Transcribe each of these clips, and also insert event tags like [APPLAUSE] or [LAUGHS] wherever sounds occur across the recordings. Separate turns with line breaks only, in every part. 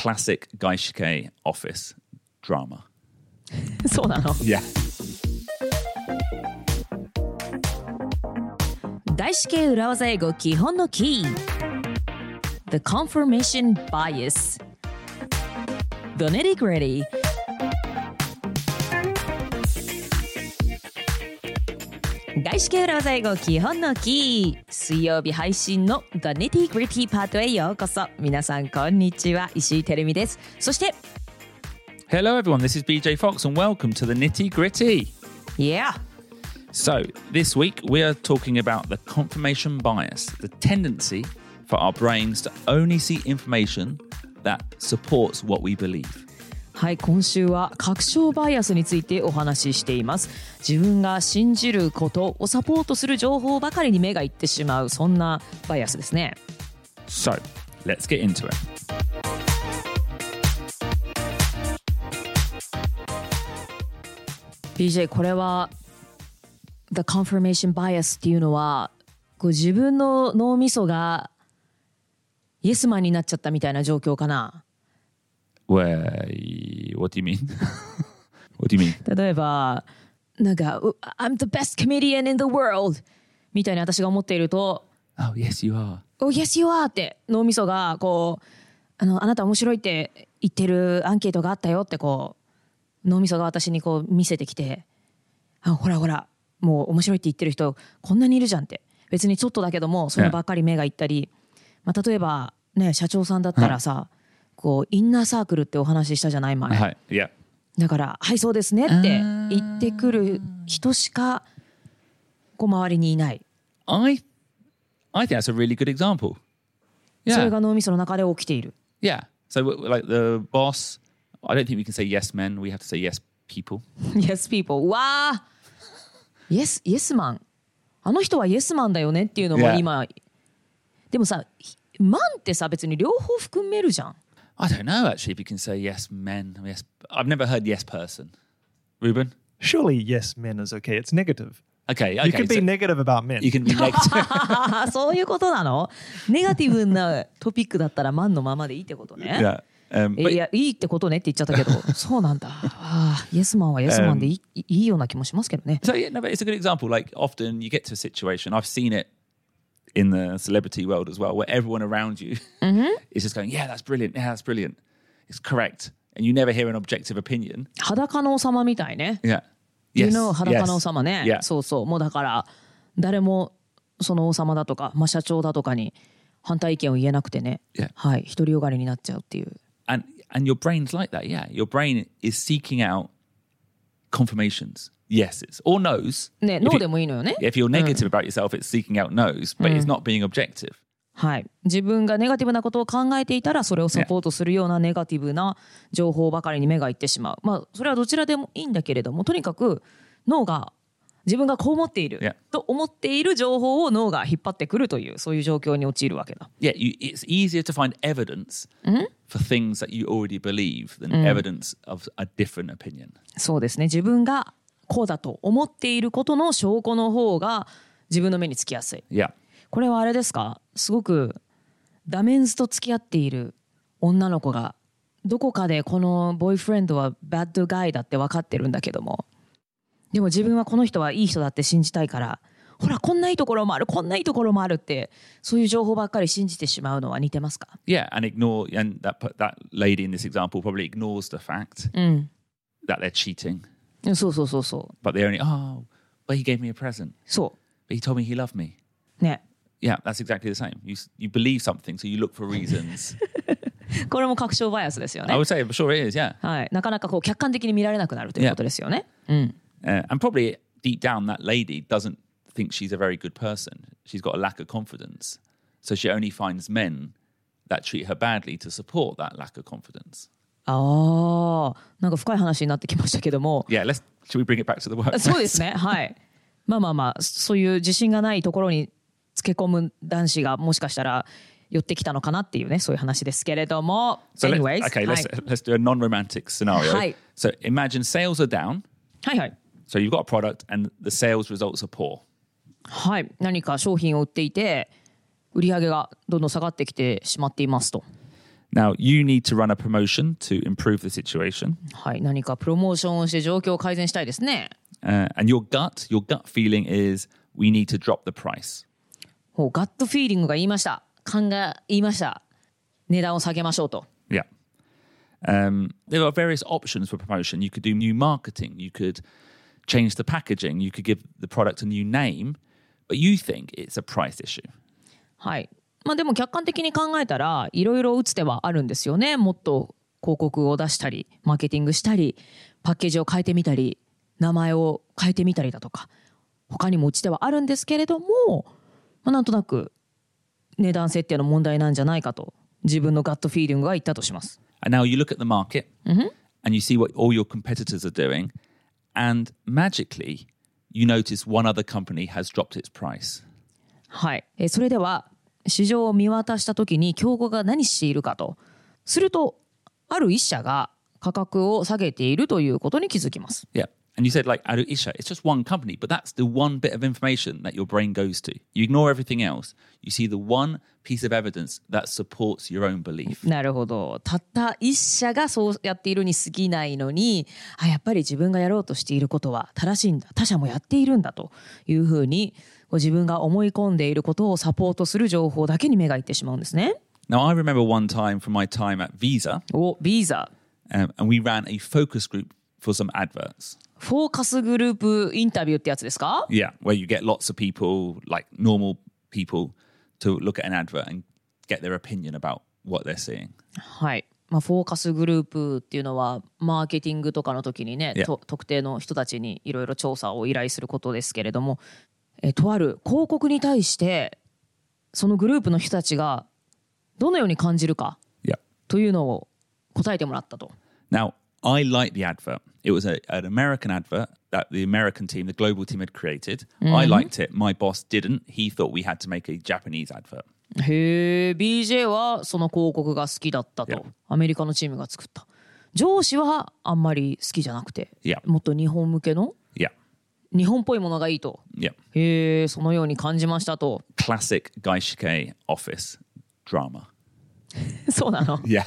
classic Gaishike office drama.
[LAUGHS] そうなの
Yeah.
大試験裏技英語基本のキー The confirmation bias The nitty gritty 外資系裏技英語基本のキー水曜日配信の The Nitty Gritty パートへようこそ皆さんこんにちは石井てるみですそして
Hello, everyone. This is BJ Fox, and welcome to the nitty gritty.
Yeah
So, this week we are talking about the confirmation bias, the tendency for our brains to only see information that supports what we believe.
はい今週は確証バイアスについてお話ししています自分が信じることをサポートする情報ばかりに目がいってしまうそんなバイアスですね
So, let's get into it.
BJ これは The confirmation bias っていうのはこう自分の脳みそがイエスマンになっちゃったみたいな状況かな
Where, what do you mean? [LAUGHS] what do you mean?
例えばなんかう「I'm the best comedian in the world」みたいな私が思っていると
Oh, yes, you are.
Oh, yes, you are って脳みそがこうあのあなた面白いって言ってるアンケートがあったよってこう脳みそが私にこう見せてきてあほらほらもう面白いって言ってる人こんなにいるじゃんって別にちょっとだけどもそればっかり目がいったり、まあ、例えばね社長さんだったらさ、こうインナーサークルってお話ししたじゃない前、
Hi. Yeah.
だから「はいそうですね」って言ってくる人しかこう周りにいない、
I, I think that's a really good example.
そ
Yeah.
れが脳みその中で起きている。
Yeah. So, w- w- like the boss, I don't think we can say yes men. We have to say yes people.
Yes people わあ Yes Yes マンあの人は Yes マンだよねっていうのも
Yeah.
今、でもさひマンってさ別に両方含めるじゃん
I don't know actually if you can say yes men. Yes, I've never heard yes person. Ruben.
Surely, yes, men is okay. It's negative.
Okay. okay
you can be
so
negative about men.
you can be negative.
ああそういうことなのネガティブなトピックだったらマンのままでいいってことね
Um,
え
but
いやいいってことねって言っち
[LAUGHS]
ゃったけどそうなんだああ Yes マンは Yes マンでいい,、いいような気もしますけどね
so yeah, no, but it's a good example. Like often you get to a situation. I've seen it in the celebrity world as well, where everyone around you [LAUGHS] is just going, "Yeah, that's brilliant. Yeah, that's brilliant. It's correct." And you never hear an objective opinion.
裸の王様みたいね
Yeah.
い
Yes.
うの裸の王
yes.
様ね、
Yeah.
そうそうもうだから誰もその王様だとか、まあ、社長だとかに反対意見を言えなくてね、
Yeah.
はい独りよがりになっちゃうっていう
and and your brain's like that yeah your brain is seeking out confirmations yeses or nos
ね
If
ノー
you-
でもいいのよね
if you're negative about yourself it's seeking out nos but it's not being objective
はい自分がネガティブなことを考えていたらそれをサポートするようなネガティブな情報ばかりに目がいってしまうまあそれはどちらでもいいんだけれどもとにかく脳が自分がこう思っている
Yeah.
と思っている情報を脳が引っ張ってくるというそういう状況に陥るわけだ
yeah you, it's easier to find evidence for things that you already believe than evidence of a different opinion
そうですね自分がこうだと思っていることの証拠の方が自分の目につきやすい
yeah
これはあれですかすごくダメンズと付き合っている女の子がどこかでこのボーイフレンドはバッドガイだって分かってるんだけどもでも自分はこの人はいい人だって信じたいからほらこんないいところもあるこんないいところもあるってそういう情報ばっかり信じてしまうのは似てますか
yeah and ignore and that per- that lady in this example probably ignores the fact that they're cheating
そうそうそうそう
but they only oh but he gave me a present
そ
but he told me he loved me
うね
Yeah, that's exactly the same. You you believe something, so you look for
[LAUGHS]
reasons.
これも確証バイアスですよね
I would say, I'm sure it is. Yeah,
はい、なかなかこう客観的に見られなくなるということですよね。
uh, and probably deep down, that lady doesn't think she's a very good person. She's got a lack of confidence, so she only finds men that treat her badly to support that lack of confidence.
ああ、なんか深い話になってきましたけども、
Yeah, let's. Should we bring it back to the work?
そうです [LAUGHS] ね。はい。まあまあまあ、そういう自信がないところにつけ込む男子がもしかしたら寄ってきたのかなっていうね、そういう話ですけれども。
So let's,
Anyways,
okay,
は
let's
い、
let's do a non-romantic scenario.
Hi.
So imagine sales are down.
はいはい。
So you've got a product, and the sales results are poor.
はい。何か商品を売っていて、売り上げがどんどん下がってきてしまっていますと。
Now, you need to run a promotion to improve the situation.
はい、何かプロモーションをして状況を改善したいですね。
Uh, and your gut, your gut feeling is we need to drop the price.
ほうガットフィーリングが言いました。勘が言いました。値段を下げましょうと。
Yeah. Um, there are various options for promotion. You could do new marketing, you could change the packaging, you could give the product a new name, but you think it's a price issue.
はい。まあでも客観的に考えたら、いろいろ打つ手はあるんですよね。もっと広告を出したり、マーケティングしたり、パッケージを変えてみたり、名前を変えてみたりだとか、他にも打ち手はあるんですけれども、まあ、なんとなく値段設定の問題なんじゃないかと、自分のガットフィーリングが言ったとします。
And now you look at the market and you see what all your competitors are doing, and magically, you notice one other company has dropped its price.
はい、えーそれでは市場を見渡した時に競合が何しているかとするとある一社が価格を下げているということに気づきます
Yeah. And you said, like, Aru Isha, it's just one company, but that's the one bit of information that your brain goes to. You ignore everything else. You see the one piece of evidence that supports your own belief.
なるほどたった一社がそうやっているに過ぎないのにあやっぱり自分がやろうとしていることは正しいんだ他社もやっているんだというふうにこう自分が思い込んでいることをサポートする情報だけに目がいってしまうんですね
Now, I remember one time from my time at Visa,
おビーザ
um, and we ran a focus group for some adverts.
フォーカスグループインタビューってやつですか
Yeah, where you get lots of people, like normal people, to look at an advert and get their opinion about what they're seeing.
はい。まあ、フォーカスグループっていうのはマーケティングとかの時にね、
Yeah.
と特定の人たちにいろいろ調査を依頼することですけれどもえとある広告に対してそのグループの人たちがどのように感じるか
Yeah.
というのを答えてもらったと。
Now, I liked the advert. It was a, an American advert that the American team, the global team, had created. I
Mm-hmm.
liked it. My boss didn't. He thought we had to make a Japanese advert.
へえ BJ はその広告が好きだったと、
Yeah.
アメリカのチームが作った上司はあんまり好きじゃなくて、
Yeah.
もっと日本向けの
Yeah,
日本っぽいものがいいと
yeah.
へえそのように感じましたと
Classic Gaishike office drama.
そうなの
Yeah.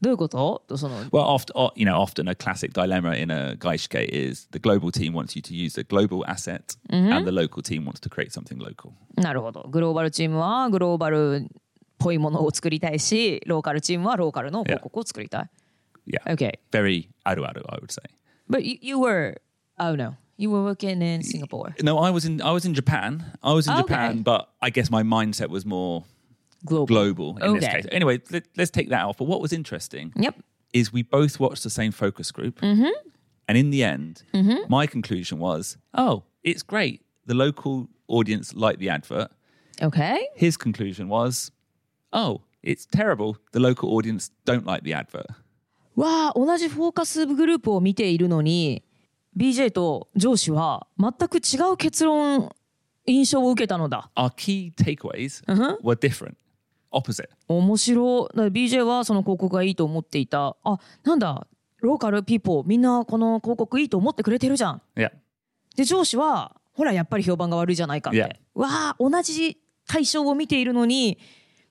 どういうことその
[LAUGHS] Well, often o- you know, often a classic dilemma in a gaishke is the global team wants you to use a global asset,
Mm-hmm.
and the local team wants to create something local.
なるほどグローバルチームはグローバルっぽいものを作りたいしローカルチームはローカルの広告を作りたい。
Yeah,
Okay.
very aru aru, I would say.
But you, you were, oh no, you were working in Singapore.
No, I was in I was in Japan. I was in
Okay.
Japan, but I guess my mindset was more
Global.
global in this
Okay.
case. Anyway, let, let's take that off. But what was interesting
Yep.
is we both watched the same focus group, and in the end, my conclusion was, oh, it's great. The local audience liked the advert.
Okay.
his conclusion was, oh, it's terrible. The local audience don't like the advert.
わあ、同じフォーカスグループを見ているのに、BJ と上司は全く違う結論、印象を受けたのだ。
Our key takeaways were different, opposite.
面白いだから BJ はその広告がいいと思っていたあなんだローカルピーポーみんなこの広告いいと思ってくれてるじゃん
Yeah.
で上司はほらやっぱり評判が悪いじゃないかって、
Yeah.
わあ同じ対象を見ているのに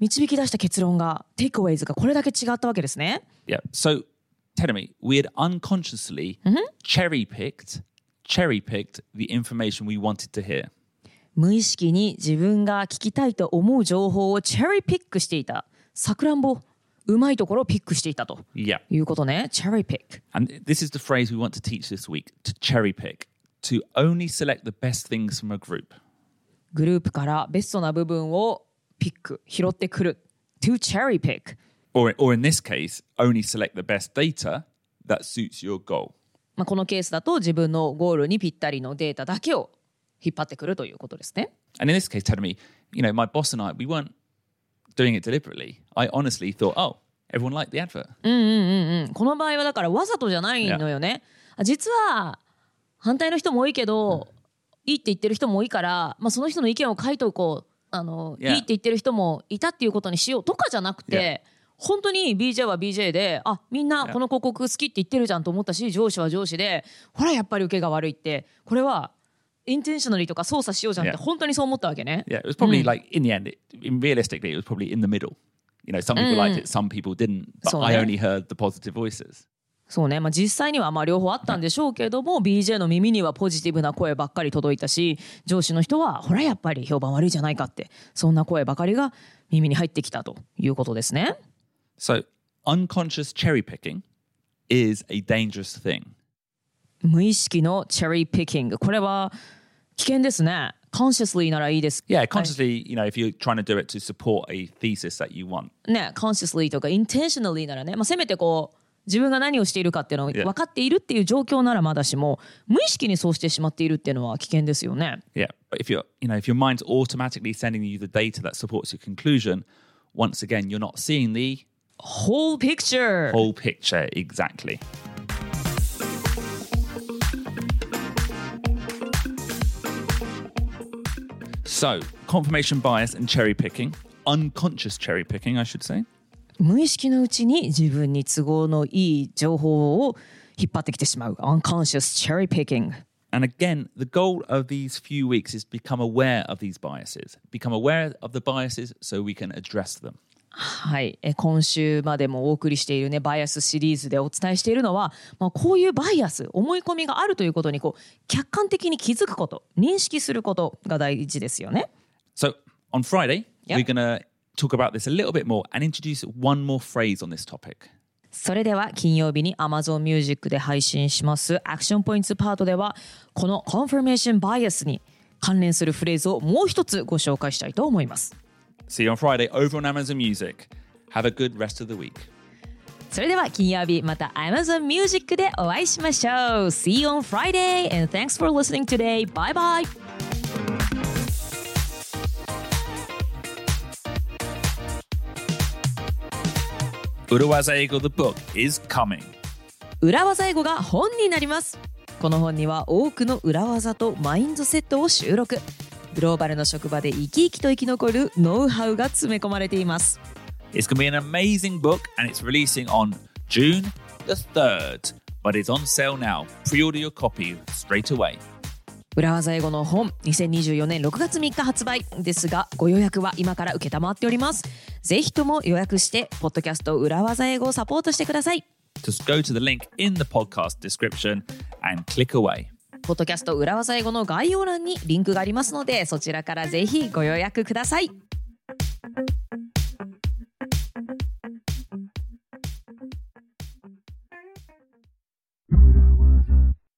導き出した結論がテイクアウェイズがこれだけ違ったわけですね
Yeah. So, Tenemi, we had unconsciously cherry picked, cherry picked the information we wanted to hear.
無意識に自分が聞きたいと思う情報をチェリーピックしていたさくらんぼうまいところをピックしていたと
Yeah.
いうことねチェリーピック
And this is the phrase we want to teach this week to cherry pick, to only select the best things from a group.
グループからベストな部分をピック拾ってくる to cherry pick
Or, or in this case, only select the best data that suits your goal.
まあ、このケースだと自分のゴールにぴったりのデータだけを引っ張ってくるということですね
And in this case, telling me, you know, my boss and I, we weren't doing it deliberately. I honestly thought, oh, everyone liked the advert.
うんこの場合はだからわざとじゃないのよねあ実は反対の人も多いけど、いいって言ってる人も多いから、まあ、その人の意見を書いておこうあの、
Yeah.
いいって言ってる人もいたっていうことにしようとかじゃなくて、本当に BJ は BJ であみんなこの広告好きって言ってるじゃんと思ったし上司は上司でほらやっぱり受けが悪いってこれはインテンショナリーとか操作しようじゃんって
Yeah.
本当にそう思ったわけね。
Yeah, it was probably like in the end, it, in realistically, it was probably in the middle. You know, some people liked it, some people didn't. But
So,
I
yeah.
only heard the positive voices.
そうね、まあ、実際にはまあ両方あったんでしょうけども BJ の耳にはポジティブな声ばっかり届いたし上司の人はほらやっぱり評判悪いじゃないかってそんな声ばかりが耳に入ってきたということですね。
So unconscious cherry picking is a dangerous thing.
無意識のチェリーピッキングこれは危険ですね。consciously ならいいです。
Yeah, consciously, you know, if you're trying to do it to support a thesis that you want.
ね、consciously とか intentionally ならね、まあ、せめてこう自分が何をしているかっていうのを
Yeah.
分かっているっていう状況ならまだしも無意識にそうしてしまっているっていうのは危険ですよね。
Yeah. But if you're, you know, if your mind's automatically sending you the data that supports your conclusion, once again, you're not seeing the
whole picture
whole picture exactly. So, confirmation bias and cherry picking, unconscious cherry picking, I should say.
無意識のうちに自分に都合のいい情報を引っ張ってきてしまう unconscious cherry picking
And again, the goal of these few weeks is become aware of these biases, become aware of the biases so we can address them.
はい、えー今週までもお送りしているねバイアスシリーズでお伝えしているのは、まあ、こういうバイアス思い込みがあるということにこう客観的に気づくこと認識することが大事ですよね。
So on Friday,
Yep.
we're going to talk about this a little bit more and introduce one more phrase on this topic.
それでは金曜日に Amazon Music で配信しますアクションポイントパートではこのコンフ r メーションバイアスに関連するフレーズをもう一つご紹介したいと思います。
See you on Friday over on Amazon Music. Have a good rest of the week.
それでは金曜日また Amazon Music でお会いしましょう。See you on Friday and thanks for listening today. Bye bye!
Uruwaza Eagle, the book, is coming.
裏技英語が本になりますこの本には多くの裏技とマインドセットを収録グローバルの職場で生き生きと生き残るノウハウが詰め込まれています
It's going to be an amazing book and it's releasing on June the 3rd, but it's on sale now. Pre order your copy straight away.
裏技英語の本2024年6月3日発売ですがご予約は今から承っておりますぜひとも予約してポッドキャスト裏技英語をサポートしてください
Just go to the link in the podcast description and click away.
ポッドキャスト裏技英語の概要欄にリンクがありますのでそちらからぜひご予約ください